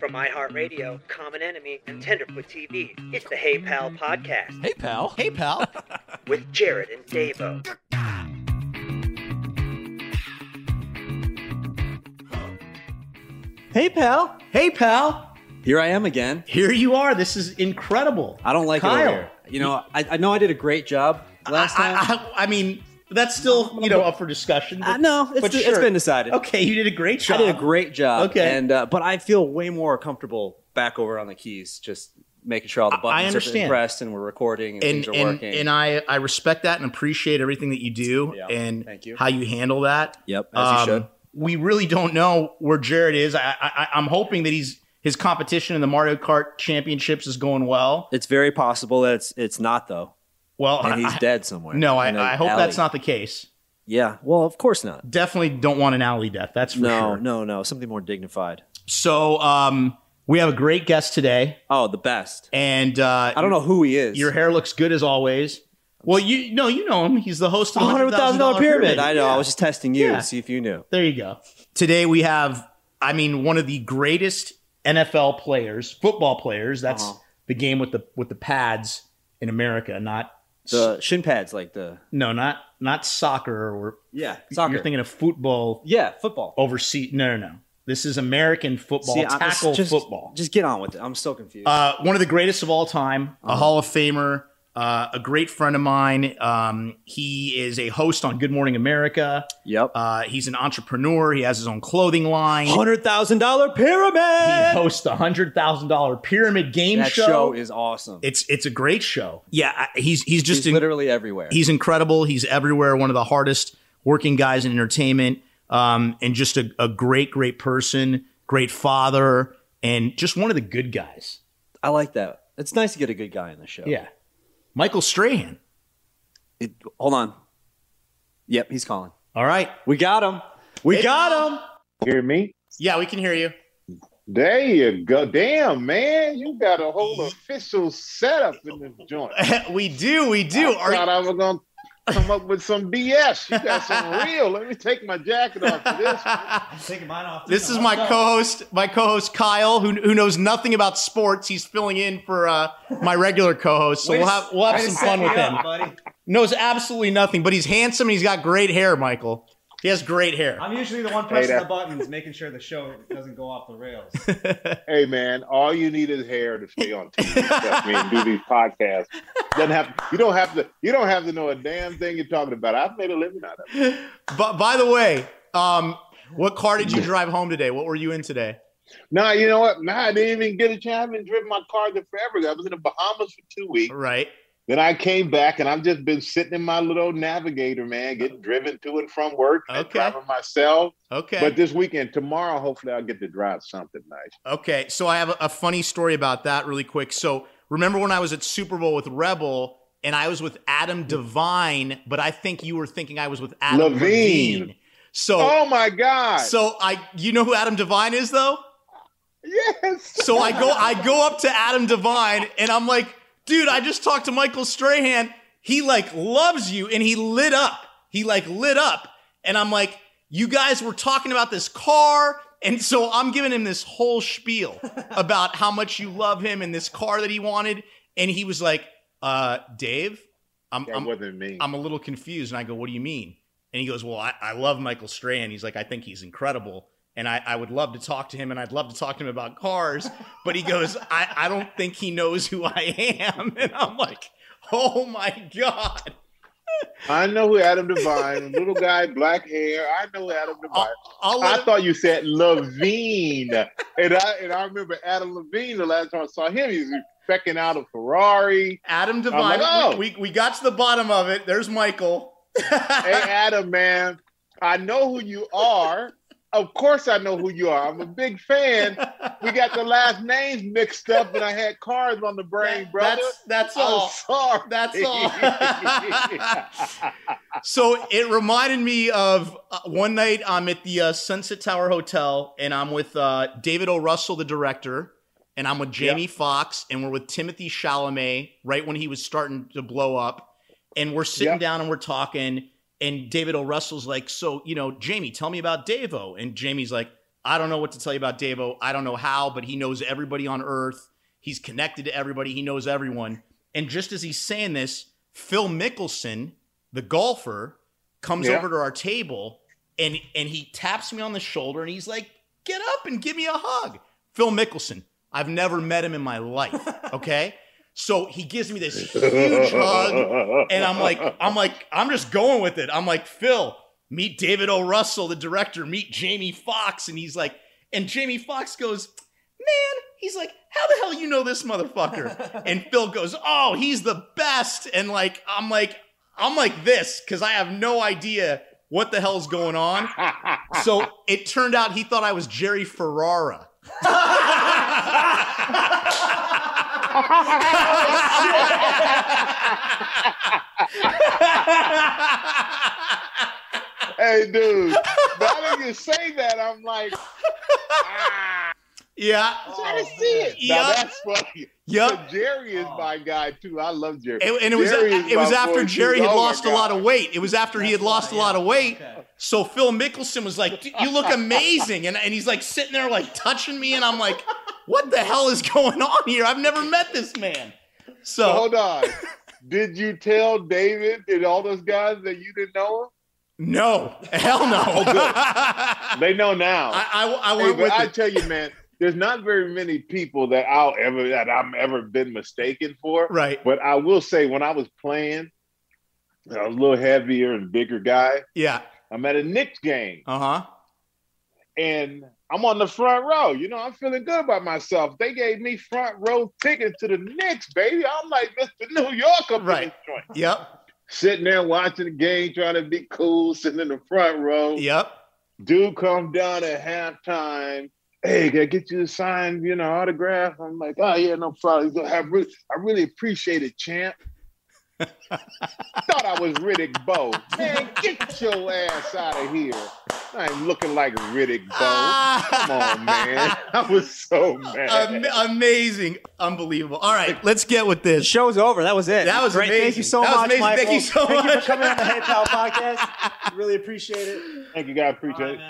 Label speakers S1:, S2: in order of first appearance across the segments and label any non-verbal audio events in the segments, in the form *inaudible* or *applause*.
S1: From iHeartRadio, Common Enemy, and Tenderfoot TV, it's the Hey Pal podcast
S2: Hey, pal. Hey, pal.
S1: *laughs* with Jared and Davo.
S2: hey, pal.
S3: *sighs*
S2: Hey, pal. Here I am again.
S3: Here you are. This is incredible.
S2: I don't like it
S3: Kyle.
S2: over here. You know, I, I know I did a great job last
S3: I,
S2: time.
S3: I, I mean, that's still you know up for discussion.
S2: Uh, no, it's- it's been decided.
S3: Okay, you did a great
S2: I
S3: job.
S2: did a great job.
S3: Okay.
S2: And uh, but I feel way more comfortable back over on the keys, just making sure all the
S3: I- I
S2: buttons are
S3: understand.
S2: pressed and we're recording and,
S3: and
S2: things are
S3: and,
S2: working.
S3: and I I respect that and appreciate everything that you do
S2: Yeah,
S3: and
S2: thank you.
S3: how you handle that. Um,
S2: Yep, as you should.
S3: We really don't know where Jared is. I, I I'm hoping that he's his competition in the Mario Kart Championships is going well.
S2: it's very possible that it's it's not though,
S3: Well,
S2: and he's
S3: I-
S2: dead somewhere.
S3: No,
S2: in a
S3: I, I hope
S2: alley.
S3: that's not the case.
S2: Yeah. Well, of course not.
S3: Definitely don't want an alley death. That's for
S2: No,
S3: sure.
S2: no, no. Something more dignified.
S3: So um, we have a great guest today,
S2: Oh, the best.
S3: and uh,
S2: I don't know who he is.
S3: Your hair looks good as always. Well, you no, you know him. He's the host of the
S2: hundred thousand dollar pyramid. I know. I
S3: Yeah.
S2: was just testing you
S3: Yeah.
S2: to see if you knew.
S3: There you go. Today we have, I mean, one of the greatest NFL players, football players. That's
S2: Uh-huh.
S3: the game with the with the pads in America. Not
S2: The shin pads, like the
S3: no, not not soccer or
S2: yeah soccer.
S3: You're thinking of football
S2: yeah, football.
S3: overseas. No, no, no. This is American football,
S2: See, I-
S3: tackle
S2: just,
S3: football.
S2: Just get on with it. I'm so confused.
S3: uh, one of the greatest of all time,
S2: Uh-huh.
S3: a Hall of Famer, uh, a great friend of mine. Um, he is a host on Good Morning America.
S2: yep.
S3: Uh, he's an entrepreneur. He has his own clothing line.
S2: Hundred thousand dollar
S3: He
S2: pyramid.
S3: hosts the hundred thousand dollar pyramid game
S2: That
S3: show.
S2: show is awesome.
S3: it's it's a great show. Yeah, I- he's he's just
S2: He's
S3: in-
S2: literally everywhere.
S3: he's incredible. He's everywhere. One of the hardest working guys in entertainment, um, and just a, a great great person, great father, and just one of the good guys.
S2: I like that. It's nice to get a good guy in the show.
S3: Yeah, Michael Strahan.
S2: It, hold on. Yep, he's calling.
S3: All right.
S2: We got him. We
S3: Hey,
S2: got him.
S4: Hear me?
S3: Yeah, we can hear you.
S4: There you go. Damn, man. You got a whole official setup in this joint.
S3: *laughs* we do, we do.
S4: I thought
S3: Are,
S4: I was going to come up with some BS. You got
S3: *laughs*
S4: some real. Let me take my jacket off for this. one.
S3: this is my co-host, my co-host Kyle, who, who knows nothing about sports. He's filling in for uh, my regular co-host, so we'll have we'll have some fun with him. Knows absolutely nothing, but he's handsome and he's got great hair, Michael. He has great hair.
S5: I'm usually the one
S4: Hey,
S5: pressing
S4: that-
S5: the buttons, making sure the show doesn't go off the rails.
S4: hey man, all you need is hair to stay on
S3: *laughs*
S4: TV. Trust me, and do these podcasts. Doesn't have you don't have to you don't have to know a damn thing you're talking about. I've made a living out of it.
S3: *laughs* But by the way, um, what car did you drive home today? What were you in today?
S4: Nah, you know what? Nah, I didn't even get a chance. I haven't driven my car there forever. I was in the Bahamas for two weeks.
S3: Right.
S4: Then I came back and I've just been sitting in my little navigator, man, getting driven to and from work. and Driving myself.
S3: Okay.
S4: But this weekend, tomorrow, hopefully I'll get to drive something nice.
S3: Okay, so I have a, a funny story about that really quick. So remember when I was at Super Bowl with Rebel and I was with Adam Devine, but I think you were thinking I was with Adam
S4: Levine.
S3: Levine. So
S4: Oh my God.
S3: So I you know who Adam Devine is though?
S4: Yes.
S3: So I go I go up to Adam Devine and I'm like, dude, I just talked to Michael Strahan. He like loves you and he lit up. He like lit up. And I'm like, you guys were talking about this car. And so I'm giving him this whole spiel about how much you love him and this car that he wanted. And he was like, uh, Dave, I'm, I'm, I'm a little confused. And I go, what do you mean? And he goes, well, I, I love Michael Strahan. He's like, I think he's incredible. And I, I would love to talk to him and I'd love to talk to him about cars. But he goes, I, I don't think he knows who I am. *laughs* And I'm like, oh my God.
S4: I know who Adam Devine, *laughs* little guy, black hair. I know Adam Devine.
S3: I'll
S4: I thought you said Levine, *laughs* and I and I remember Adam Levine the last time I saw him. He was fecking out a Ferrari.
S3: Adam
S4: I'm like,
S3: Devine,
S4: oh.
S3: we, we, we got to the bottom of it. There's Michael. *laughs*
S4: hey Adam, man, I know who you are. Of course, I know who you are. I'm a big fan. We got the last names mixed up, and I had cards on the brain, brother.
S3: That's, that's
S4: I'm
S3: all.
S4: Sorry.
S3: That's all.
S4: *laughs*
S3: so it reminded me of uh, one night I'm at the uh, Sunset Tower Hotel and I'm with uh, David O. Russell, the director, and I'm with Jamie Foxx, and we're with Timothy Chalamet right when he was starting to blow up. And we're sitting down and we're talking, and David O. Russell's like, So, you know, Jamie, tell me about Davo. And Jamie's like, I don't know what to tell you about Davo. I don't know how, but he knows everybody on earth. He's connected to everybody. He knows everyone. And just as he's saying this, Phil Mickelson, the golfer, comes
S6: Yeah.
S3: over to our table and and he taps me on the shoulder and he's like, "Get up and give me a hug." Phil Mickelson. I've never met him in my life, okay? So he gives me this huge hug and I'm like, I'm like, I'm just going with it. I'm like, "Phil, meet David O. Russell, the director, meet Jamie Foxx." And he's like, and Jamie Foxx goes, "Man, he's like, how the hell you know this motherfucker?" and Phil goes, "Oh, he's the best." And like, I'm like, I'm like this because I have no idea what the hell's going on. so it turned out he thought I was Jerry Ferrara.
S4: hey, dude. Now that you say that, I'm like, ah.
S3: yeah.
S4: I'm trying to see it. Now,
S3: Yeah.
S4: that's funny.
S3: Yeah.
S4: Jerry is my guy too. I love Jerry.
S3: And, and it was
S4: Jerry is
S3: it was
S4: my boy,
S3: after
S4: too.
S3: Jerry had
S4: Oh, my
S3: lost a
S4: God.
S3: lot of weight. It was after he had lost a lot of weight. So Phil Mickelson was like, "Dude, "You look amazing," and and he's like sitting there like touching me, and I'm like, "What the hell is going on here? I've never met this man." So
S4: hold on. Did you tell David and all those guys that you didn't know him? Oh,
S3: No, hell no. *laughs*
S4: They know now.
S3: I, I, I
S4: Hey,
S3: went
S4: but
S3: with
S4: I
S3: it.
S4: tell you, man, there's not very many people that I'll ever that I'm ever been mistaken for.
S3: Right.
S4: But I will say, when I was playing, I was a little heavier and bigger guy.
S3: Yeah.
S4: I'm at a Knicks game.
S3: Uh huh.
S4: And I'm on the front row. You know, I'm feeling good about myself. They gave me front row tickets to the Knicks, baby. I'm like Mr. New York up in this joint.
S3: Yep.
S4: Sitting there watching the game, trying to be cool, sitting in the front row.
S3: Yep.
S4: Dude come down at halftime. Hey, can I get you to sign, you know, autograph? I'm like, oh yeah, no problem. He's like, I really, I really appreciate it, champ. Thought I was Riddick Bowe. Man, get your ass out of here. I ain't looking like Riddick Bowe. Come
S3: Ah.
S4: on,
S3: *laughs*
S4: man. Oh, I was so mad.
S3: Am- amazing, unbelievable. All right, let's get with this.
S7: Show's over. That was it.
S3: That was
S7: great. Thank you
S3: amazing.
S7: so
S3: That was
S7: much,
S3: amazing.
S7: Michael.
S3: Thank you so
S7: Thank
S3: much.
S7: for coming on
S4: *laughs*
S7: the Hey Pal podcast. Really appreciate it.
S4: Thank you, guys. Appreciate it.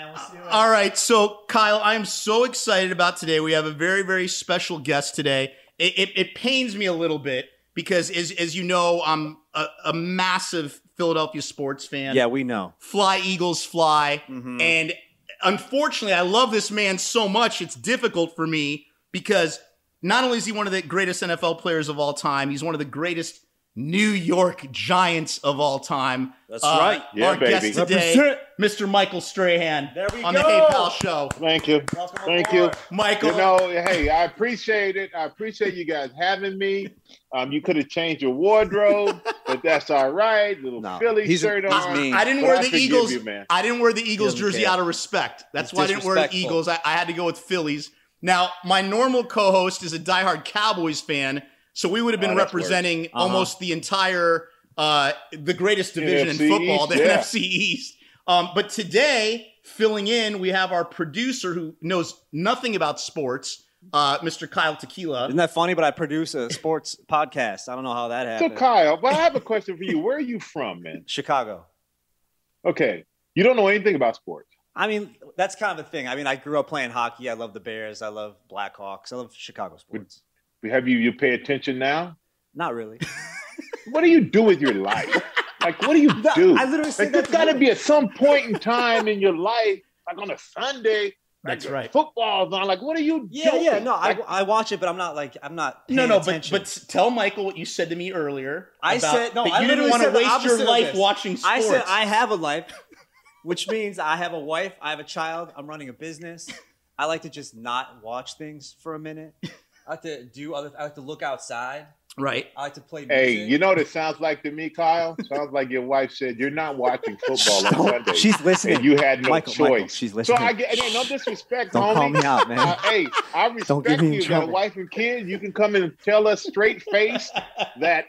S3: All right, so Kyle, I am so excited about today. We have a very, very special guest today. It, it, it pains me a little bit because, as, as you know, I'm a, a massive Philadelphia sports fan.
S2: Yeah, we know.
S3: Fly Eagles fly.
S4: Mm-hmm.
S3: And unfortunately, I love this man so much, it's difficult for me because not only is he one of the greatest NFL players of all time, he's one of the greatest New York Giants of all time. Uh,
S2: That's right.
S4: Yeah,
S3: our guest
S4: baby.
S3: today,
S4: Represent.
S3: Mr. Michael Strahan
S4: There we
S3: on the
S4: go.
S3: Hey Pal show.
S4: Thank you. Thank you,
S3: aboard. Michael.
S4: You know, hey, I appreciate it. I appreciate you guys having me. Um, you could have changed your wardrobe, but that's all right. Little
S5: Uh,
S4: Philly
S3: He's-
S4: shirt
S3: he's
S4: on.
S3: mean. I didn't
S4: But
S3: wear the
S4: forgive
S3: Eagles-
S4: You, man.
S3: I didn't wear the Eagles
S4: Doesn't
S3: jersey
S4: care.
S3: out of respect. That's
S4: It's
S3: why I didn't wear the
S4: disrespectful.
S3: Eagles. I, I had to go with Phillies. Now, my normal co host is a diehard Cowboys fan, so we would have been
S4: Oh, that's worse.
S3: representing
S4: Uh-huh.
S3: almost the entire, uh, the greatest division
S4: NFC
S3: in football, the
S4: East, yeah.
S3: NFC East. Um, but today, filling in, we have our producer who knows nothing about sports, uh, Mr. Kyle Tequila.
S5: Isn't that funny? But I produce a sports podcast. I don't know how that
S4: So,
S5: happened.
S4: Kyle, but I have a question for you. Where are you from, man?
S5: Chicago.
S4: Okay, you don't know anything about sports.
S5: I mean, that's kind of the thing. I mean, I grew up playing hockey. I love the Bears. I love Blackhawks. I love Chicago sports.
S4: Have you you pay attention now?
S5: Not really.
S4: What do you do with your life? Like, *laughs* what do you do?
S5: I literally said
S4: like, there's
S5: that
S4: got
S5: to
S4: to
S5: you.
S4: be at some point in time in your life, like on a Sunday. That's right. Football's on. Like, what are you
S5: Yeah,
S4: doing?
S5: yeah. No, I,
S4: Like,
S5: I watch it, but I'm not like I'm not.
S3: No,
S5: paying
S3: no, but,
S5: attention.
S3: but tell Michael what you said to me earlier.
S5: I
S3: about-
S5: said no.
S3: that
S5: I
S3: you didn't
S5: literally
S3: want to
S5: said the
S3: waste your
S5: opposite of
S3: life
S5: this.
S3: watching sports.
S5: I said I have a life, *laughs* which means I have a wife, I have a child, I'm running a business. I like to just not watch things for a minute. I like to do other. I like to look outside.
S3: Right.
S5: I like to play music.
S4: hey, you know what it sounds like to me, Kyle? sounds like your wife said you're not watching football on Sunday.
S5: she's listening.
S4: And you had no
S5: Michael,
S4: choice.
S5: Michael, she's listening.
S4: So I get again, no disrespect,
S5: Don't
S4: homie.
S5: call me out, man.
S4: Uh, hey, I respect
S5: Don't get me in
S4: you. You Got
S5: trouble.
S4: a wife and kids. You can come and tell us straight face that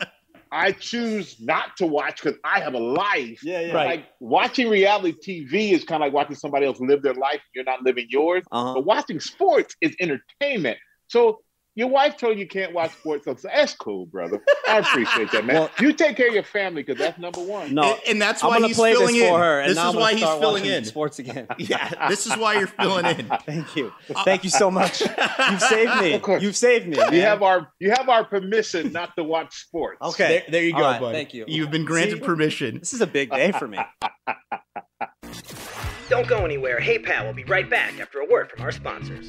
S4: I choose not to watch because I have a life. Yeah,
S5: yeah.
S3: Right.
S4: Like watching reality TV is kind of like watching somebody else live their life. You're not living yours.
S5: Uh-huh.
S4: But watching sports is entertainment. So. Your wife told you you can't watch sports, so that's cool, brother. I appreciate that, man. you take care of your family because that's number one.
S3: No, And- and that's I'm why gonna he's play this filling in. for her, and This now is I'm gonna why he's start filling watching in.
S5: sports *laughs* again.
S3: Yeah, *laughs* this is why you're filling in.
S5: *laughs*
S3: Uh,
S5: Thank you. Thank you
S3: *laughs*
S5: so much. You've saved
S4: *laughs* Of
S5: me.
S4: course.
S5: You've saved me.
S4: You
S5: man.
S4: have our you have our permission not to watch sports.
S5: Okay.
S3: There, there you
S5: All
S3: go,
S5: right,
S3: buddy.
S5: thank you.
S3: You've been granted
S5: See?
S3: permission.
S5: This is a big day
S3: *laughs*
S5: for me.
S1: Don't go anywhere. Hey Pal will be right back after a word from our sponsors.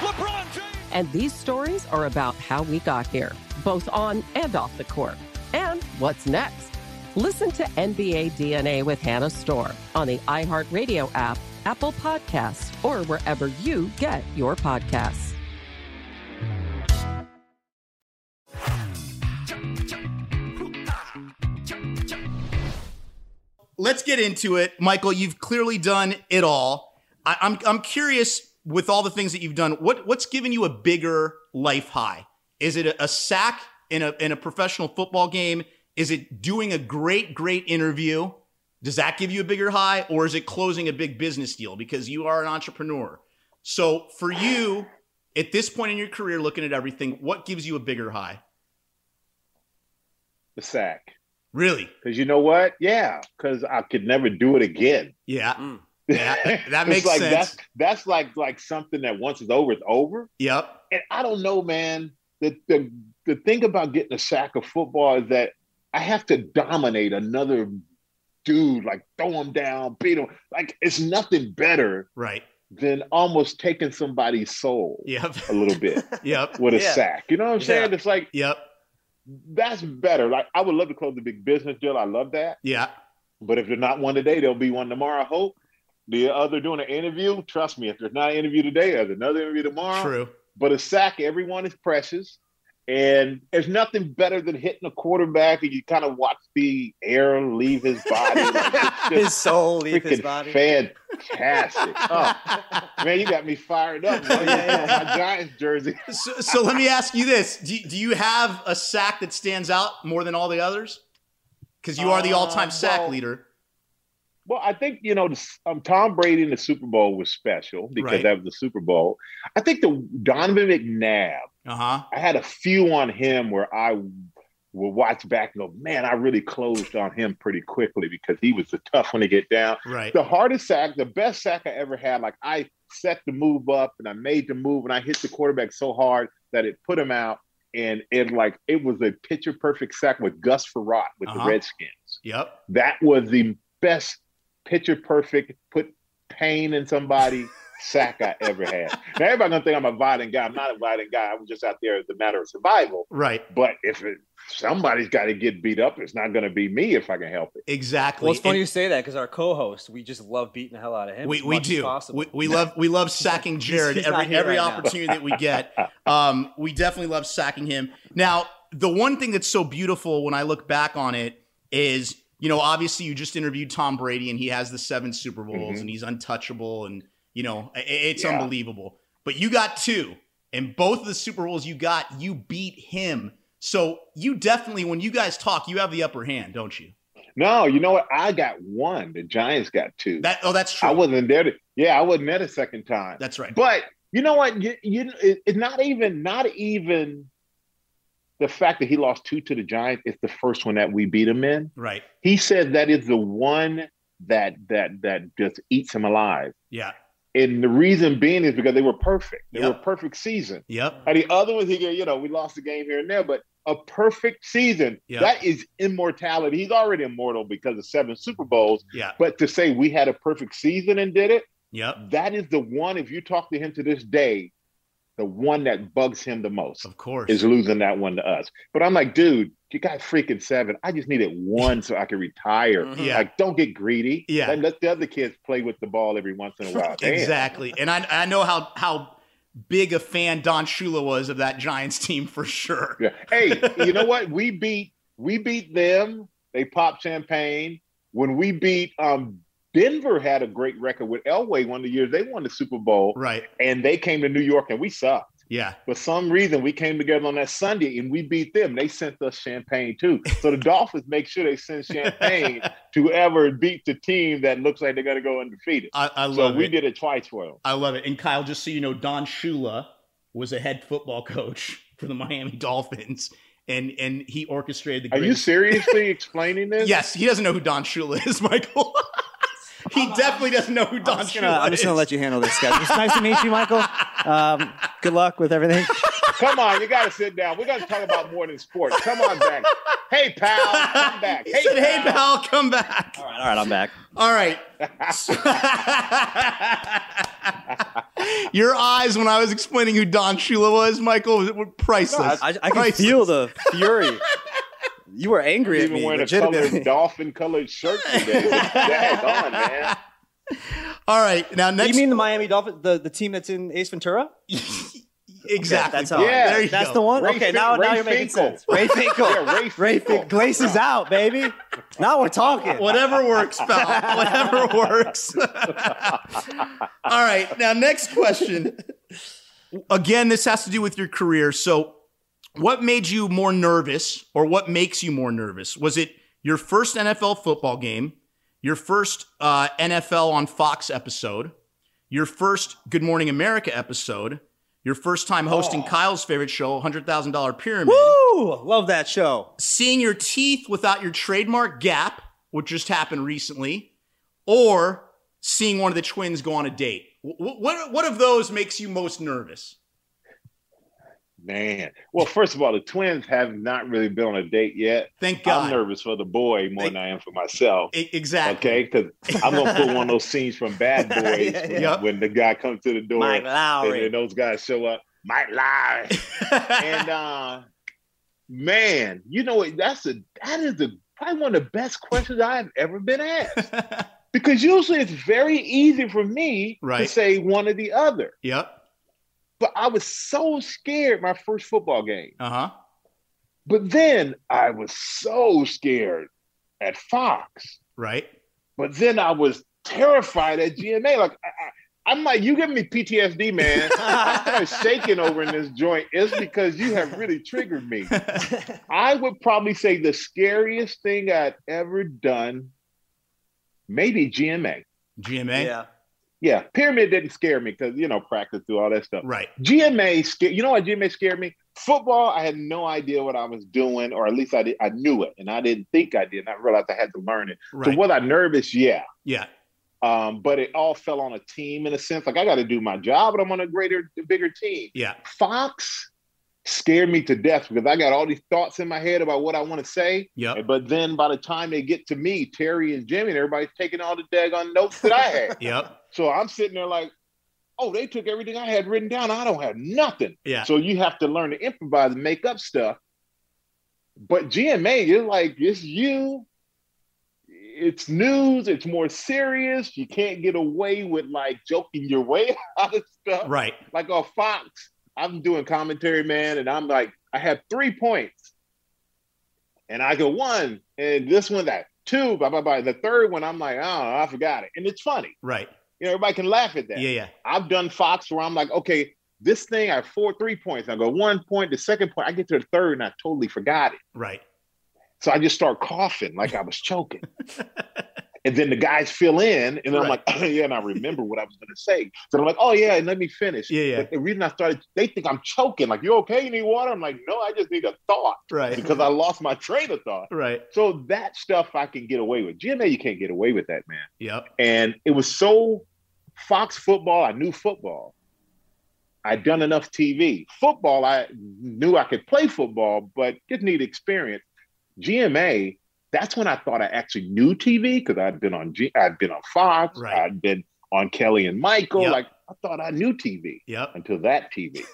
S8: LeBron James.
S6: And these stories are about how we got here, both on and off the court. And what's next? Listen to NBA DNA with Hannah Storr on the iHeartRadio app, Apple Podcasts, or wherever you get your podcasts.
S3: Let's get into it, Michael. You've clearly done it all. I, I'm I'm curious with all the things that you've done. What what's given you a bigger life high? Is it a, a sack in a in a professional football game? Is it doing a great great interview? Does that give you a bigger high, or is it closing a big business deal because you are an entrepreneur? So for you, at this point in your career, looking at everything, what gives you a bigger high?
S4: The sack.
S3: Really?
S4: Because you know what? Yeah, because I could never do it again.
S3: Yeah. Yeah, that
S4: *laughs* It's
S3: makes
S4: like
S3: sense.
S4: That's, that's like like something that once it's over, it's over.
S3: Yep.
S4: And I don't know, man. The the the thing about getting a sack of football is that I have to dominate another dude, like throw him down, beat him. Like it's nothing better,
S3: right,
S4: than almost taking somebody's soul,
S3: Yep.
S4: *laughs* a little bit, *laughs*
S3: Yep.
S4: with a
S3: Yeah.
S4: sack. You know what I'm saying?
S3: Yeah.
S4: It's like,
S3: yep,
S4: that's better. Like I would love to close the big business deal. I love that.
S3: Yeah.
S4: But if there's not one today, there'll be one tomorrow. I hope the other doing an interview. Trust me, if there's not an interview today, there's another interview tomorrow.
S3: True.
S4: But a sack, everyone is precious, and there's nothing better than hitting a quarterback and you kind of watch the air leave his
S5: *laughs*
S4: body, Like, it's
S5: His
S4: just
S5: soul leave his
S4: freaking
S5: body.
S4: Fantastic! Oh, man, you got me *laughs* fired up. man.
S3: *laughs*
S4: My Giants jersey.
S5: *laughs*
S3: So, so let me ask you this: do, do you have a sack that stands out more than all the others? Because you are the
S4: Uh,
S3: all-time sack
S4: well-
S3: leader.
S4: Well, I think you know the- um, Tom Brady in the Super Bowl was special because
S3: Right.
S4: that was the Super Bowl. I think the Donovan McNabb.
S3: Uh huh.
S4: I had a few on him where I will watch back and go, man, I really closed on him pretty quickly because he was the tough one to get down.
S3: Right.
S4: The hardest sack, the best sack I ever had. Like I set the move up and I made the move and I hit the quarterback so hard that it put him out. And it like it was a picture perfect sack with Gus Farrat with
S3: Uh-huh.
S4: the Redskins.
S3: Yep.
S4: That was the best picture perfect, put pain in
S3: *laughs*
S4: somebody sack I ever had. Now everybody gonna think I'm a violent guy. I'm not a violent guy. I'm just out there as a matter of survival.
S3: Right.
S4: But if it, somebody's got to get beat up, it's not gonna be me if I can help it.
S3: Exactly.
S5: Well, it's funny you say that because our co-host, we just love beating the hell out of him.
S3: We,
S5: as
S3: we
S5: much as
S3: do.
S5: possible.
S3: We, we
S5: *laughs*
S3: love we love sacking Jared
S5: he's not
S3: every
S5: here
S3: every
S5: right now.
S3: opportunity that
S5: *laughs*
S3: we get. Um, we definitely love sacking him. Now, the one thing that's so beautiful when I look back on it is, you know, obviously you just interviewed Tom Brady and he has the seven Super Bowls
S5: Mhm.
S3: and he's untouchable and you know i- i- it's
S5: Yeah.
S3: unbelievable. But you got two, and both of the Super Bowls you got, you beat him. So you definitely, when you guys talk, you have the upper hand, don't you?
S4: No, you know what? I got one. The Giants got two.
S3: That oh, that's true.
S4: I wasn't there. To, yeah, I wasn't there the second time.
S3: That's right.
S4: But you know what? You, you it- it's not even not even the fact that he lost two to the Giants. It's the first one that we beat him in.
S3: Right.
S4: He said that is the one that that that just eats him alive.
S3: Yeah.
S4: And the reason being is because they were perfect. They
S3: Yep.
S4: were a perfect season.
S3: Yep.
S4: And the other ones, he go, you know, we lost the game here and there, but a perfect season.
S3: Yep.
S4: That is immortality. He's already immortal because of seven Super Bowls.
S3: Yeah.
S4: But to say we had a perfect season and did it,
S3: Yep.
S4: that is the one, if you talk to him to this day, the one that bugs him the most. Of
S3: course.
S4: Is losing that one to us. But I'm like, dude, you got freaking seven. I just needed one so I could retire.
S3: *laughs* Yeah.
S4: Like, don't get greedy.
S3: Yeah.
S4: Let, let the other kids play with the ball every once in a while. Oh, Damn.
S3: *laughs* Exactly. And I, I know how, how big a fan Don Shula was of that Giants team for sure.
S4: Yeah. Hey, you know what? We beat we beat them. They popped champagne. When we beat um Denver had a great record with Elway one of the years they won the Super Bowl.
S3: Right.
S4: And they came to New York and we sucked.
S3: *laughs* Yeah.
S4: For some reason, we came together on that Sunday and we beat them. They sent us champagne too.
S3: *laughs*
S4: So the Dolphins make sure they send champagne to whoever beat the team that looks like they're going to go undefeated.
S3: I, I
S4: so
S3: love
S4: we
S3: it.
S4: did it twice for them.
S3: I love it. And Kyle, just so you know, Don Shula was a head football coach for the Miami Dolphins, and and he orchestrated the.
S4: Are you
S3: greatest-
S4: seriously explaining this?
S3: *laughs* Yes, he doesn't know who Don Shula is, *laughs*
S5: *laughs*
S3: Michael. he definitely doesn't know who Don
S5: I'm just
S3: Shula
S5: gonna, I'm
S3: is.
S5: just gonna let you handle this, guys. It's nice to meet you, Michael. Um, good luck with *laughs* everything.
S4: Come on, you got to sit down. We're going to talk about more than sports. Come on back. Hey, pal, come back.
S3: He said, "Hey, pal, come
S4: *laughs*
S3: back." All
S5: right, all right, I'm back.
S3: All right. *laughs* *laughs* Your eyes when I was explaining who Don Shula was, Michael, were priceless.
S5: I, I can feel the fury. You were angry at
S4: Even
S5: me,
S4: wearing a
S5: legitimately.
S4: colored dolphin colored shirt today.
S3: *laughs*
S4: Dag on, man.
S3: All right, now next.
S5: You mean the Miami Dolphins, the, the team that's in
S3: *laughs*
S5: Ace Ventura?
S3: Exactly.
S5: that's how.
S3: Yeah.
S5: There you that's the one.
S3: Ray
S5: okay,
S3: Fin-
S5: now, now
S3: Ray
S5: you're making
S3: Finkel.
S5: sense. Ray
S3: *laughs*
S5: Finkel.
S3: Yeah, Ray Finkel.
S5: Fin- Glace is out, baby. Now we're talking.
S3: Whatever works, pal.
S5: *laughs*
S3: Whatever works. *laughs* All right. Now, next question. Again, this has to do with your career. So, what made you more nervous, or what makes you more nervous? Was it your first NFL football game, your first uh, NFL on Fox episode, your first Good Morning America episode, your first time hosting Kyle's favorite show, $100,000 Pyramid?
S5: Oh. Woo! Love that show.
S3: Seeing your teeth without your trademark gap, which just happened recently, or seeing one of the twins go on a date. What, what, what of those makes you most nervous?
S4: Man. Well, first of all, the twins have not really been on a date yet.
S3: Thank E,
S4: I'm nervous for the boy more than I am for myself.
S3: exactly.
S4: Okay, because I'm gonna put one of those scenes from Bad Boys
S3: *laughs* Yeah,
S4: when,
S3: yeah.
S4: when the guy comes to the door,
S3: Mike Lowry.
S4: and, then those guys show up. Mike Lowry. and uh, man, you know what? That's a that is the probably one of the best questions I've ever been asked. because usually it's very easy for me to
S3: Right.
S4: say one or the other.
S3: Yep.
S4: But I was so scared my first football game.
S3: Uh huh.
S4: But then I was so scared at Fox.
S3: Right.
S4: But then I was terrified at GMA. Like I, I, I'm like, you giving me PTSD, man. I started shaking over in this joint. It's because you have really triggered me. I would probably say the scariest thing I'd ever done, maybe GMA.
S3: GMA.
S5: Yeah.
S4: Yeah, pyramid didn't scare me because you know practice through all that stuff.
S3: Right.
S4: GMA scared. You know what GMA scared me? Football. I had no idea what I was doing, or at least I did. I knew it, and I didn't think I did. And I realized I had to learn it. So
S3: Right.
S4: was I nervous? Yeah.
S3: Yeah.
S4: Um, but it all fell on a team in a sense. Like I got to do my job, but I'm on a greater, bigger team.
S3: Yeah.
S4: Fox scared me to death because I got all these thoughts in my head about what I want to say.
S3: Yep.
S4: But then by the time they get to me, Terry and Jimmy and everybody's taking all the daggone notes that I had.
S3: Yep.
S4: So I'm sitting there like, oh, they took everything I had written down. I don't have nothing.
S3: Yeah.
S4: So you have to learn to improvise and make up stuff. But GMA, you're like, it's you. It's news. It's more serious. You can't get away with like joking your way *laughs* out of stuff.
S3: Right.
S4: Like on Fox, I'm doing commentary, man, and I'm like, I have three points. And I go one, and this one that two, blah blah blah. The third one, I'm like, oh, I forgot it, and it's funny.
S3: Right.
S4: You know, everybody can laugh at that.
S3: Yeah, yeah.
S4: I've done Fox where I'm like, okay, this thing I have four three points. I go one point, the second point, I get to the third, and I totally forgot it.
S3: Right.
S4: So I just start coughing like I was
S3: *laughs*
S4: choking. and then the guys fill in, and I'm
S3: Right.
S4: like, *laughs* yeah, and I remember what I was going to say. So I'm like, oh yeah, and let me finish.
S3: Yeah, yeah.
S4: But the reason I started, they think I'm choking. Like, you okay? You need water? I'm like, no, I just need a thought.
S3: Right.
S4: Because I lost my train of thought.
S3: Right.
S4: So that stuff I can get away with. GMA, you can't get away with that, man
S3: Yep.
S4: and it was so Fox football. I knew football. I'd done enough TV. Football, I knew I could play football, but didn't need experience. GMA, that's when I thought I actually knew TV because I'd been on G- I'd been on Fox,
S3: Right.
S4: I'd been on Kelly and Michael.
S3: Yep.
S4: Like I thought I knew TV
S3: Yep.
S4: until that
S3: *laughs*
S4: TV.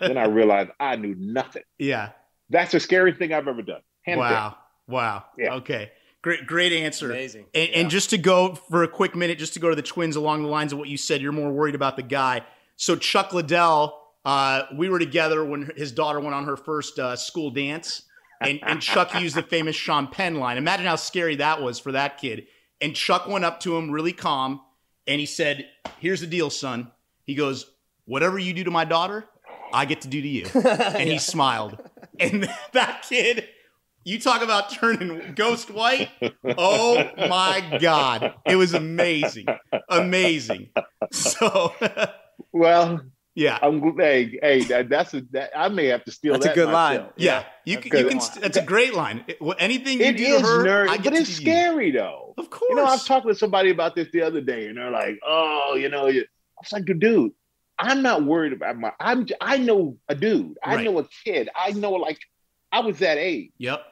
S4: then I realized I knew nothing.
S3: Yeah.
S4: That's the scariest thing I've ever done. Hands
S3: wow.
S4: down.
S3: Wow. Okay. Great, great answer.
S5: Amazing.
S3: And, and just to go for a quick minute, just to go to the Twins along the lines of what you said, you're more worried about the guy. So Chuck Liddell, uh, we were together when his daughter went on her first uh, school dance, and, and Chuck used the famous Sean Penn line. Imagine how scary that was for that kid. And Chuck went up to him really calm and he said, Here's the deal, son. He goes, Whatever you do to my daughter, I get to do to you. And he smiled. And *laughs* that kid, you talk about turning ghost *laughs* white. Oh my God. It was amazing. Amazing. So,
S4: well,
S3: yeah.
S4: I'm gl- hey, hey, that, that's a that, I may have to steal
S3: That's a
S4: that
S3: good
S4: myself.
S3: line. Yeah. You
S4: That's
S3: can,
S4: a
S3: you
S4: good
S3: can,
S4: line.
S3: st- that's a great line. It- well, anything you
S4: It
S3: do to
S4: is
S3: her, I
S4: nerdy,
S3: get
S4: but
S3: to
S4: it's
S3: do you.
S4: scary though.
S3: Of course.
S4: You know, I was talking to somebody about this the other day, and they're like, "Oh, you know," you-" I was like, "Dude, I'm not worried about my. I'm. j- I know a dude. I
S3: Right.
S4: know a kid. I know like I was that age,
S3: Yep.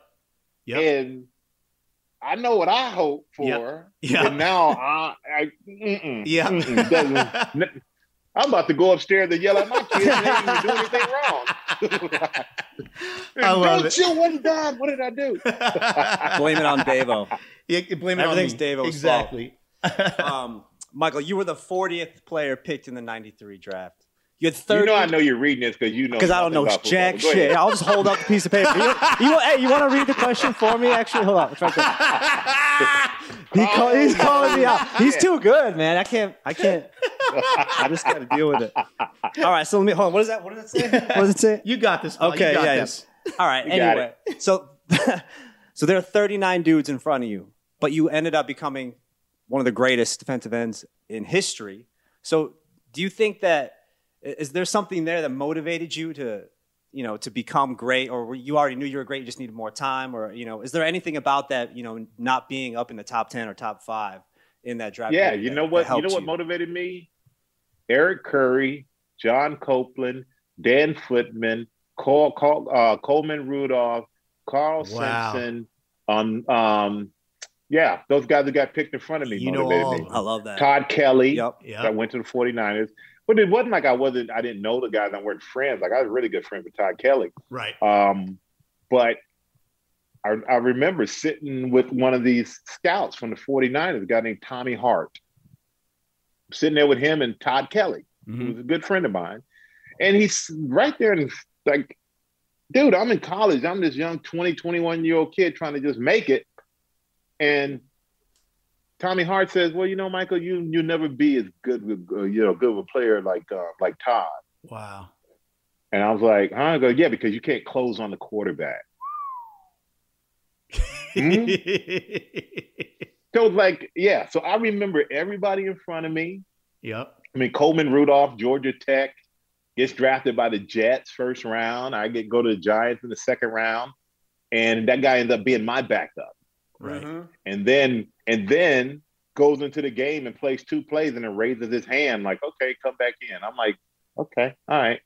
S4: and I know what I hope
S3: Yep.
S4: for.
S3: Yeah.
S4: And
S3: *laughs*
S4: now I, I mm-mm,
S3: Yeah.
S4: mm-mm, doesn't-
S3: *laughs*
S4: n- I'm about to go upstairs and yell at my kids. They didn't even do *laughs* anything wrong.
S3: I love
S4: Don't
S3: it.
S4: you? What did I? What did I
S3: *laughs*
S4: do?
S5: blame it on Davo.
S3: Yeah, blame it on
S5: Everything's
S3: me.
S5: Davo's
S3: Exactly. *laughs*
S5: fault. um, Michael, you were the 40th player picked in the 93 draft. You had 30.
S4: You know, I know you're reading this because you know
S5: because I don't know
S4: nothing about
S5: jack
S4: football. Go ahead.
S5: shit. I'll just hold up the piece of paper. You, you, hey, you want to read the question for me? Actually, hold on. It's
S4: *laughs*
S5: right there. He call- he's calling me out. He's too good, man. I can't. I can't. I just got to deal with it. All right. So let me hold on. What is that? What does that say? What does it say?
S3: You got this. Paul. You
S5: Okay.
S3: got
S5: yeah, yeah.
S3: this.
S5: All right.
S3: You got
S5: anyway, *laughs* so so there are 39 dudes in front of you, but you ended up becoming one of the greatest defensive ends in history. So do you think that i- is there something there that motivated you to you know to become great, or were- you already knew you were great, you just needed more time, or you know is there anything about that you know not being up in the top 10 or top five in that draft?
S4: Yeah,
S5: that-
S4: you
S5: that-
S4: know
S5: that
S4: what? You
S5: helped
S4: know what motivated me? Eric Curry, John Copeland, Dan Flipman, Cole, Col uh, Coleman Rudolph, Carl
S3: Wow.
S4: Simpson. Um, um, yeah, those guys that got picked in front of me
S3: You know
S4: motivated
S3: all
S4: me.
S3: of them. I love that.
S4: Todd Kelly.
S3: Yep. Yep.
S4: That went to the 49ers. But it wasn't like I wasn't. I didn't know the guys. I weren't friends. Like I was really good friends with Todd Kelly.
S3: Right.
S4: Um, but I, I remember sitting with one of these scouts from the 49ers, a guy named Tommy Hart. Sitting there with him and Todd Kelly, who was a good friend of mine. And he's right there and he's like, dude, I'm in college. I'm this young 20, 21 year old kid trying to just make it. And Tommy Hart says, "Well, you know, Michael, you you never be as good, with- uh, you know, good of a player like uh, like Todd."
S3: Wow.
S4: And I was like, huh? I go, yeah, because you can't close on the quarterback. Hmm? so like, yeah. So I remember everybody in front of me.
S3: Yep.
S4: I mean, Coleman Rudolph, Georgia Tech, gets drafted by the Jets first round. I get go to the Giants in the second round, and that guy ends up being my backup.
S3: Right.
S4: And then and then goes into the game and plays two plays and then raises his hand like, okay, come back in. I'm like, okay, all right.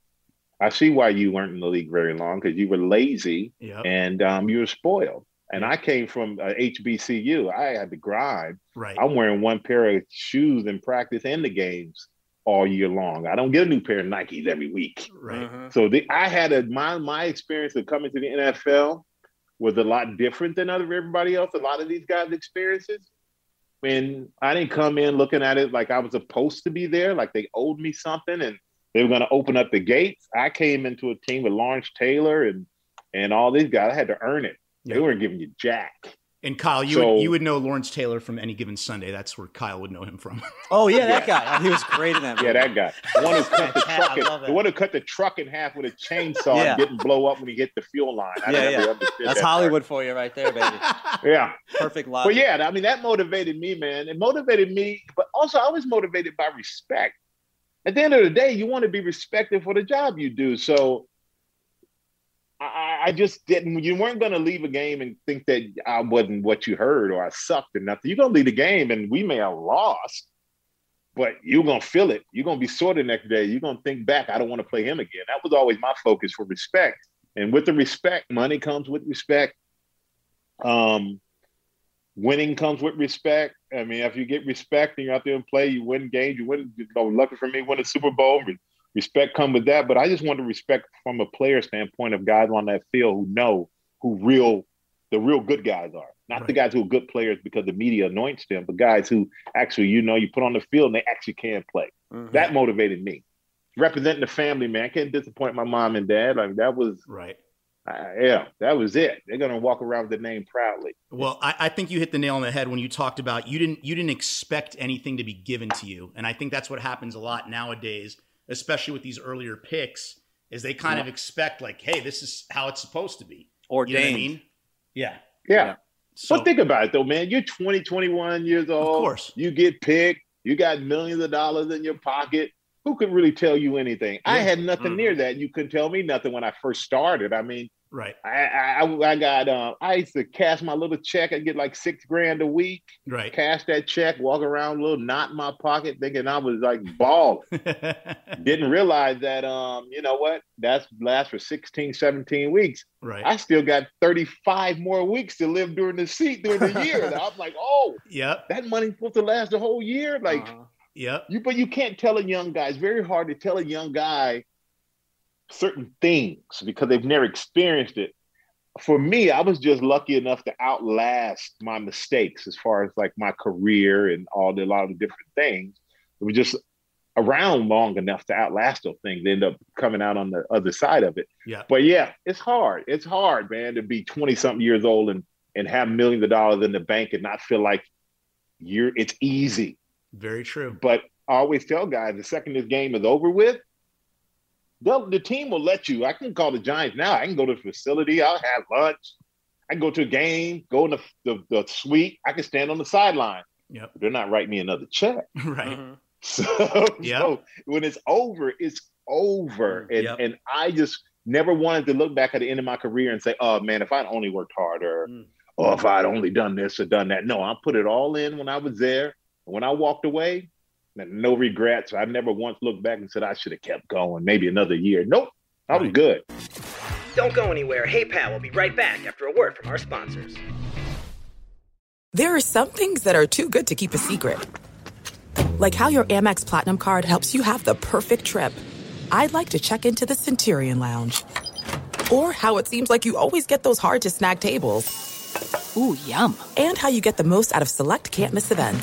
S4: I see why you weren't in the league very long because you were lazy
S3: Yep.
S4: and um, you were spoiled. And I came from uh, HBCU. I had to grind.
S3: Right.
S4: I'm wearing one pair of shoes in practice and the games all year long. I don't get a new pair of Nikes every week.
S3: Right.
S4: So the, I had a my my experience of coming to the NFL was a lot different than other everybody else. A lot of these guys' experiences. When I didn't come in looking at it like I was supposed to be there, like they owed me something and they were going to open up the gates. I came into a team with Lawrence Taylor and and all these guys. I had to earn it. They weren't giving you jack.
S3: And Kyle, you
S4: So-
S3: would, you would know Lawrence Taylor from any given Sunday. That's where Kyle would know him from. *laughs*
S5: Oh yeah, that guy. He was great in that.
S4: Yeah, that guy. The
S5: *laughs*
S4: one who cut the
S5: I
S4: truck, in,
S5: love
S4: the one who cut the truck in half with a chainsaw
S5: Yeah.
S4: and didn't blow up when he hit the fuel line. I
S5: yeah,
S4: never
S5: yeah.
S4: understood
S5: That's
S4: that part.
S5: Hollywood for you right
S4: *laughs*
S5: there, baby.
S4: Yeah.
S5: Perfect logic.
S4: But yeah, I mean that motivated me, man. It motivated me, but also I was motivated by respect. At the end of the day, you want to be respected for the job you do. So I- I, I just didn't. You weren't going to leave a game and think that I wasn't what you heard or I sucked or nothing. You're going to leave the game and we may have lost, but you're going to feel it. You're going to be sore the next day. You're going to think back. I don't want to play him again. That was always my focus for respect. And with the respect, money comes with respect. Um, winning comes with respect. I mean, if you get respect and you're out there and play, you win games. You win. You know, lucky for me, win a Super Bowl. Re- Respect come with that. But I just want to respect from a player standpoint of guys on that field who know who real the real good guys are, not the guys who are good players because the media anoints them, but guys who actually you know you put on the field and they actually can play.
S3: Mm-hmm.
S4: That motivated me. Representing the family, man. I can't disappoint my mom and dad. Like that was
S3: right.
S4: I am. That was it. They're gonna walk around with the name proudly.
S3: *laughs* Well, I, I think you hit the nail on the head when you talked about you didn't you didn't expect anything to be given to you, and I think that's what happens a lot nowadays, especially with these earlier picks, is they kind of
S5: Yeah.
S3: expect like, hey, this is how it's supposed to be
S5: Ordained.
S3: You know what I mean? Yeah,
S4: Yeah.
S3: So-
S4: but think about it though, man. You're 20, 21 years old. Of course. You get picked. You got millions of dollars in your pocket. Who could really tell you anything? I had nothing near that. You couldn't tell me nothing when I first started. I mean,
S3: right,
S4: I I, I- I got uh, I used to cash my little check. I'd get like six grand a week.
S3: right.
S4: Cash that check, walk around, with a little knot in my pocket, thinking I was like
S3: *laughs*
S4: balling. Didn't realize that um, you know what? That's lasts for 16, 17 weeks.
S3: Right.
S4: I still got 35 more weeks to live during the seat during the
S3: *laughs*
S4: year. And I'm like, oh,
S3: Yep.
S4: that money's supposed to last the whole year. Like,
S3: yep.
S4: You but you can't tell a young guy. It's very hard to tell a young guy certain things because they've never experienced it. For me, I was just lucky enough to outlast my mistakes as far as like my career and all the a lot of different things. It was just around long enough to outlast those things. They end up coming out on the other side of it.
S3: Yeah.
S4: But yeah, it's hard. It's hard, man, to be 20 something years old and and have millions of dollars in the bank and not feel like you're it's easy.
S3: Very true.
S4: But I always tell guys the second this game is over with, they'll, the team will let you. I can call the Giants now. I can go to the facility. I'll have lunch. I can go to a game, go in the, the, the suite. I can stand on the sideline.
S3: Yep.
S4: They're not writing me another check.
S3: Right.
S4: So, *laughs* so when it's over, it's over. And, and I just never wanted to look back at the end of my career and say, oh man, if I'd only worked harder, or if I'd only done this or done that. No, I put it all in when I was there. And when I walked away, n- no regrets. I never once looked back and said, I should have kept going, maybe another year. Nope, I was good.
S1: Don't go anywhere. Hey Pal will be right back after a word from our sponsors.
S9: There are some things that are too good to keep a secret. Like how your Amex Platinum card helps you have the perfect trip. I'd like to check into the Centurion Lounge. Or how it seems like you always get those hard to snag tables. Ooh, yum. And how you get the most out of select can't miss events.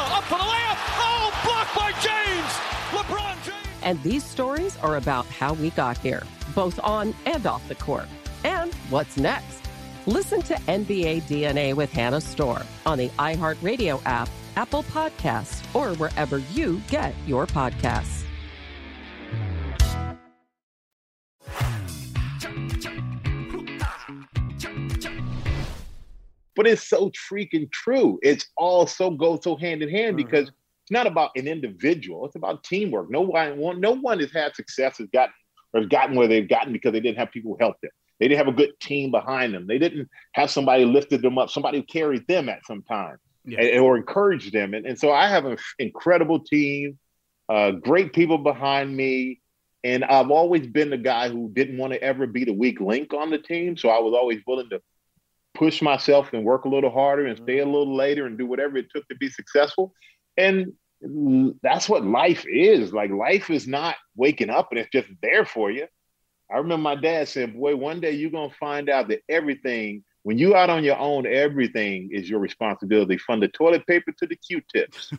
S8: up for the layup. Oh, blocked by James. LeBron James.
S6: And these stories are about how we got here, both on and off the court. And what's next? Listen to NBA DNA with Hannah Storr on the iHeartRadio app, Apple Podcasts, or wherever you get your podcasts.
S4: But it's so freaking true. It's all so goes so hand in hand because it's not about an individual. It's about teamwork. No one, no one has had success has gotten or has gotten where they've gotten because they didn't have people who helped them. They didn't have a good team behind them. They didn't have somebody lifted them up, somebody who carried them at some time
S8: Yeah.
S4: and- or encouraged them. And, and so I have an incredible team, uh, great people behind me. And I've always been the guy who didn't want to ever be the weak link on the team. So I was always willing to push myself and work a little harder and stay a little later and do whatever it took to be successful. And mm, that's what life is. Like life is not waking up and it's just there for you. I remember my dad said, Boy, one day you're gonna find out that everything, when you out on your own, everything is your responsibility. From the toilet paper to the Q tips.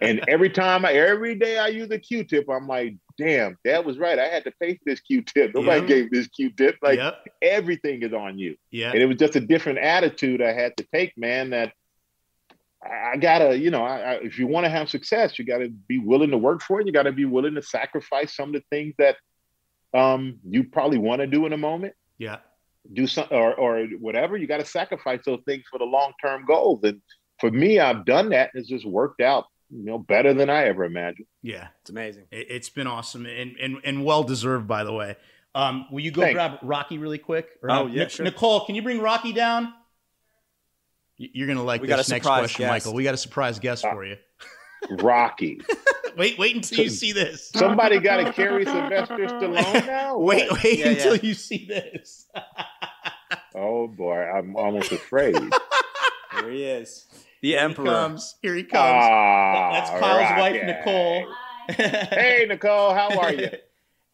S4: and every time I every day I use a Q tip, I'm like, damn, dad was right. I had to pay for this Q tip. Nobody
S3: Yep.
S4: gave me this Q tip. Like
S3: Yep.
S4: everything is on you.
S3: Yeah.
S4: And it was just a different attitude I had to take, man, that I I gotta, you know, I, I, if you want to have success, you gotta be willing to work for it. You gotta be willing to sacrifice some of the things that um, you probably want to do in a moment,
S3: Yeah.
S4: do some or, or whatever. You got to sacrifice those things for the long term goals. And for me, I've done that, and it's just worked out, you know, better than I ever imagined.
S3: Yeah.
S5: It's amazing.
S3: It, has been awesome and, and, and well deserved, by the way. Um, will you go
S4: Thanks.
S3: grab Rocky really quick?
S5: Oh, yeah,
S3: Nic-
S5: sure.
S3: Nicole, can you bring Rocky down? Y- You're gonna like
S5: We got
S3: this
S5: a
S3: next
S5: surprise
S3: question,
S5: guest.
S3: Michael. We got a surprise guest for you.
S4: Rocky.
S3: wait, wait until you see this.
S4: Somebody got to carry Sylvester
S3: *laughs*
S4: Stallone now.
S3: Wait,
S4: What?
S3: wait until you see this.
S4: Oh boy, I'm almost afraid.
S5: Here he is. The Emperor.
S3: comes. Here he comes.
S4: Ah,
S3: That- That's Kyle's wife,
S4: Rocky.
S3: *laughs* Nicole.
S4: hey, Nicole, how are you?
S3: *laughs*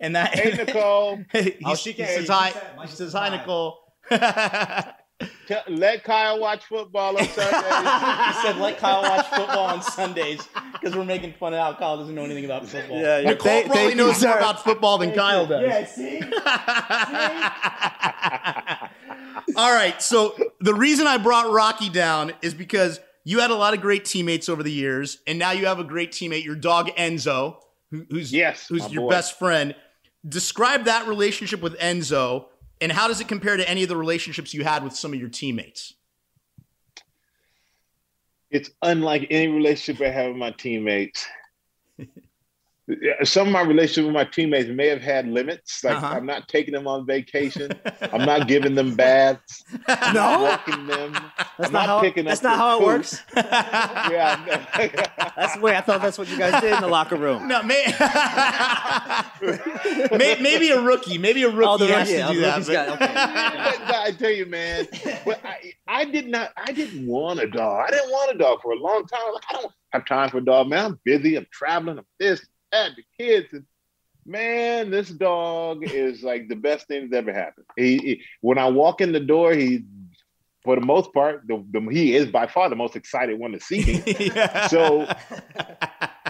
S3: And that
S4: Hey, Nicole.
S3: *laughs* he,
S4: Oh, she
S3: she
S4: can't-
S3: says
S4: she
S3: hi.
S4: said,
S3: She says hi, Nicole. *laughs*
S4: Tell- let Kyle watch football on Sunday.
S3: he said, "Let Kyle watch football on Sundays because we're making fun of how Kyle doesn't know anything about football."
S5: Yeah, yeah.
S3: Nicole
S5: Thank-
S3: probably
S5: thank
S3: knows
S5: you,
S3: more
S5: sir.
S3: about football than Kyle does.
S5: see?
S3: All right. So the reason I brought Rocky down is because you had a lot of great teammates over the years, and now you have a great teammate, your dog Enzo, who, who's yes,
S4: my
S3: who's your
S4: boy.
S3: best friend. Describe that relationship with Enzo, and how does it compare to any of the relationships you had with some of your teammates?
S4: It's unlike any relationship I have with my teammates. Yeah, Some of my relationship with my teammates may have had limits. Like I'm not taking them on vacation. I'm not giving them baths. I'm not walking them. I'm not, picking
S5: that's
S4: up. their
S5: not how it
S4: food.
S5: works.
S4: yeah.
S5: that's the way I thought that's what you guys did in the locker room.
S3: No, may- *laughs* may- maybe a rookie, maybe a rookie
S5: Oh, the
S3: has
S5: rookie,
S3: to
S5: yeah,
S3: do
S5: the
S3: that.
S5: rookie's
S3: but-
S5: got- okay.
S4: But- but I tell you, man, but I, I did not. I didn't want a dog. I didn't want a dog for a long time. I was Like, I don't have time for a dog, man. I'm busy. I'm traveling. I'm this, that, the kids. And man, this dog is like the best thing that's ever happened. He, he- when I walk in the door, he, for the most part, the, the, he is by far the most excited one to see me. So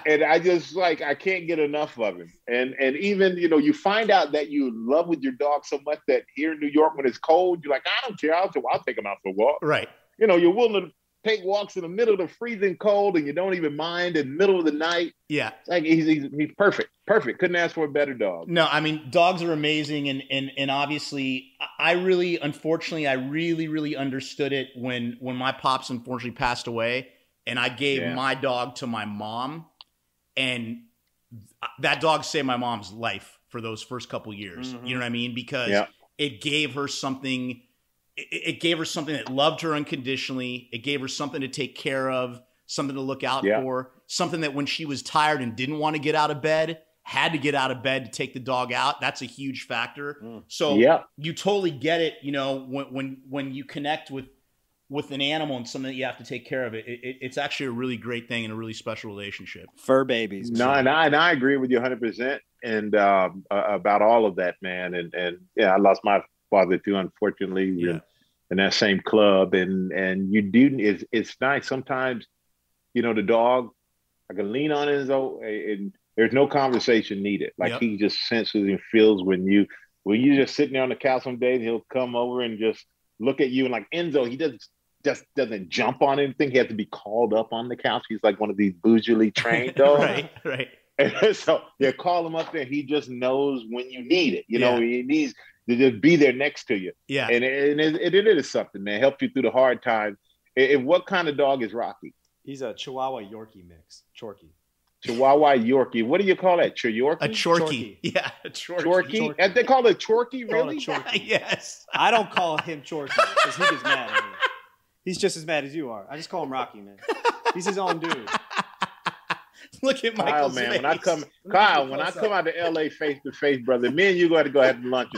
S4: and I just like I can't get enough of him. And and even you know you find out that you love with your dog so much that here in New York when it's cold you're like I don't care I'll, I'll take him out for a walk.
S3: Right.
S4: You know you're willing to take walks in the middle of the freezing cold and you don't even mind in the middle of the night.
S3: Yeah.
S4: It's like he's he's, he's perfect, perfect. Couldn't ask for a better dog.
S3: No, I mean dogs are amazing, and and and obviously, I- I really, unfortunately, I really, really understood it when when my pops unfortunately passed away, and I gave
S4: Yeah.
S3: my dog to my mom, and that dog saved my mom's life for those first couple years. You know what I mean? Because
S4: Mm-hmm. Yeah.
S3: it gave her something. It, it gave her something that loved her unconditionally. It gave her something to take care of, something to look out
S4: Yeah.
S3: for, something that when she was tired and didn't want to get out of bed, had to get out of bed to take the dog out. That's a huge factor. So
S4: Yeah.
S3: you totally get it. You know when when when you connect with with an animal and something that you have to take care of, it, it it's actually a really great thing and a really special relationship.
S5: Fur babies.
S4: No, and I, and I agree with you 100 percent and um, uh, about all of that, man. And and yeah, I lost my father too, unfortunately, in, in that same club. And and you do it's it's nice sometimes, you know, the dog I can lean on his own and. There's no conversation needed. Like
S3: Yep.
S4: he just senses and feels when you when you just sitting there on the couch some days, he'll come over and just look at you and like Enzo, he doesn't just doesn't jump on anything. He has to be called up on the couch. He's like one of these bougily
S3: *laughs*
S4: trained dogs.
S3: right, right.
S4: *laughs* And so you call him up there. He just knows when you need it. You know,
S3: Yeah.
S4: he needs to just be there next to you.
S3: Yeah.
S4: And, and it, it, it is something, man. Helps you through the hard times. And- and what kind of dog is Rocky?
S7: He's a Chihuahua Yorkie mix. Chorky.
S4: Chihuahua Yorkie. What do you call that? Chorky?
S7: A Chorky.
S3: *laughs* Yeah, a chorky.
S4: Chorky? And They call it chorky,
S7: Call it
S4: really?
S7: *laughs* Chorky.
S3: yes.
S7: I don't call him Chorky because he gets mad at me. He's just as mad as you are. I just call him Rocky, man. He's his own *laughs* dude.
S3: Look at
S4: Kyle,
S7: Michael's
S4: Oh, man, when I
S7: face.
S4: come,
S7: Let me
S4: Kyle,
S7: get a
S4: when I
S7: close-up.
S4: come out to LA face to face, brother, me and you got to go have lunch.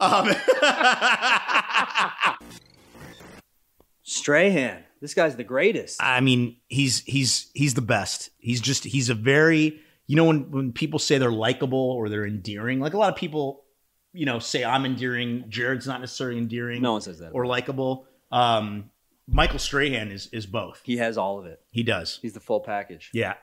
S3: Um,
S7: *laughs* Strahan. This guy's the greatest.
S3: I mean, he's he's he's the best. He's just he's a very you know when when people say they're likable or they're endearing, like a lot of people, you know, say I'm endearing. Jared's not necessarily endearing. No one says that. Or likable. Um, Michael Strahan is is both.
S7: He has all of it.
S3: He does.
S7: He's the full package.
S3: Yeah.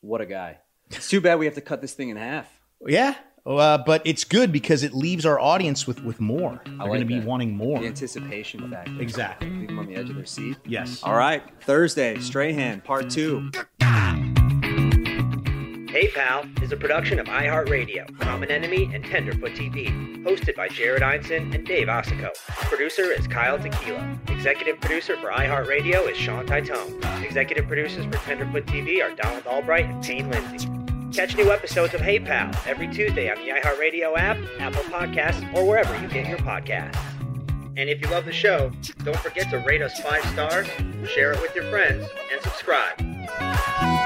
S7: What a guy. It's too bad we have to cut this thing in half.
S3: Yeah. Uh, but it's good because it leaves our audience with with more. They're going to be wanting more.
S7: The anticipation factor.
S3: Exactly.
S7: Leave them on the edge of their seat.
S3: Yes.
S5: All right. Thursday, Strahan, part two.
S1: Hey Pal is a production of iHeartRadio, Common Enemy, and Tenderfoot TV, hosted by Jared Einson and Dave Ossico. Producer is Kyle Tequila. Executive producer for iHeartRadio is Sean Titone. Executive producers for Tenderfoot TV are Donald Albright and Payne Lindsay. Catch new episodes of Hey Pal every Tuesday on the iHeartRadio app, Apple Podcasts, or wherever you get your podcasts. And if you love the show, don't forget to rate us five stars, share it with your friends, and subscribe.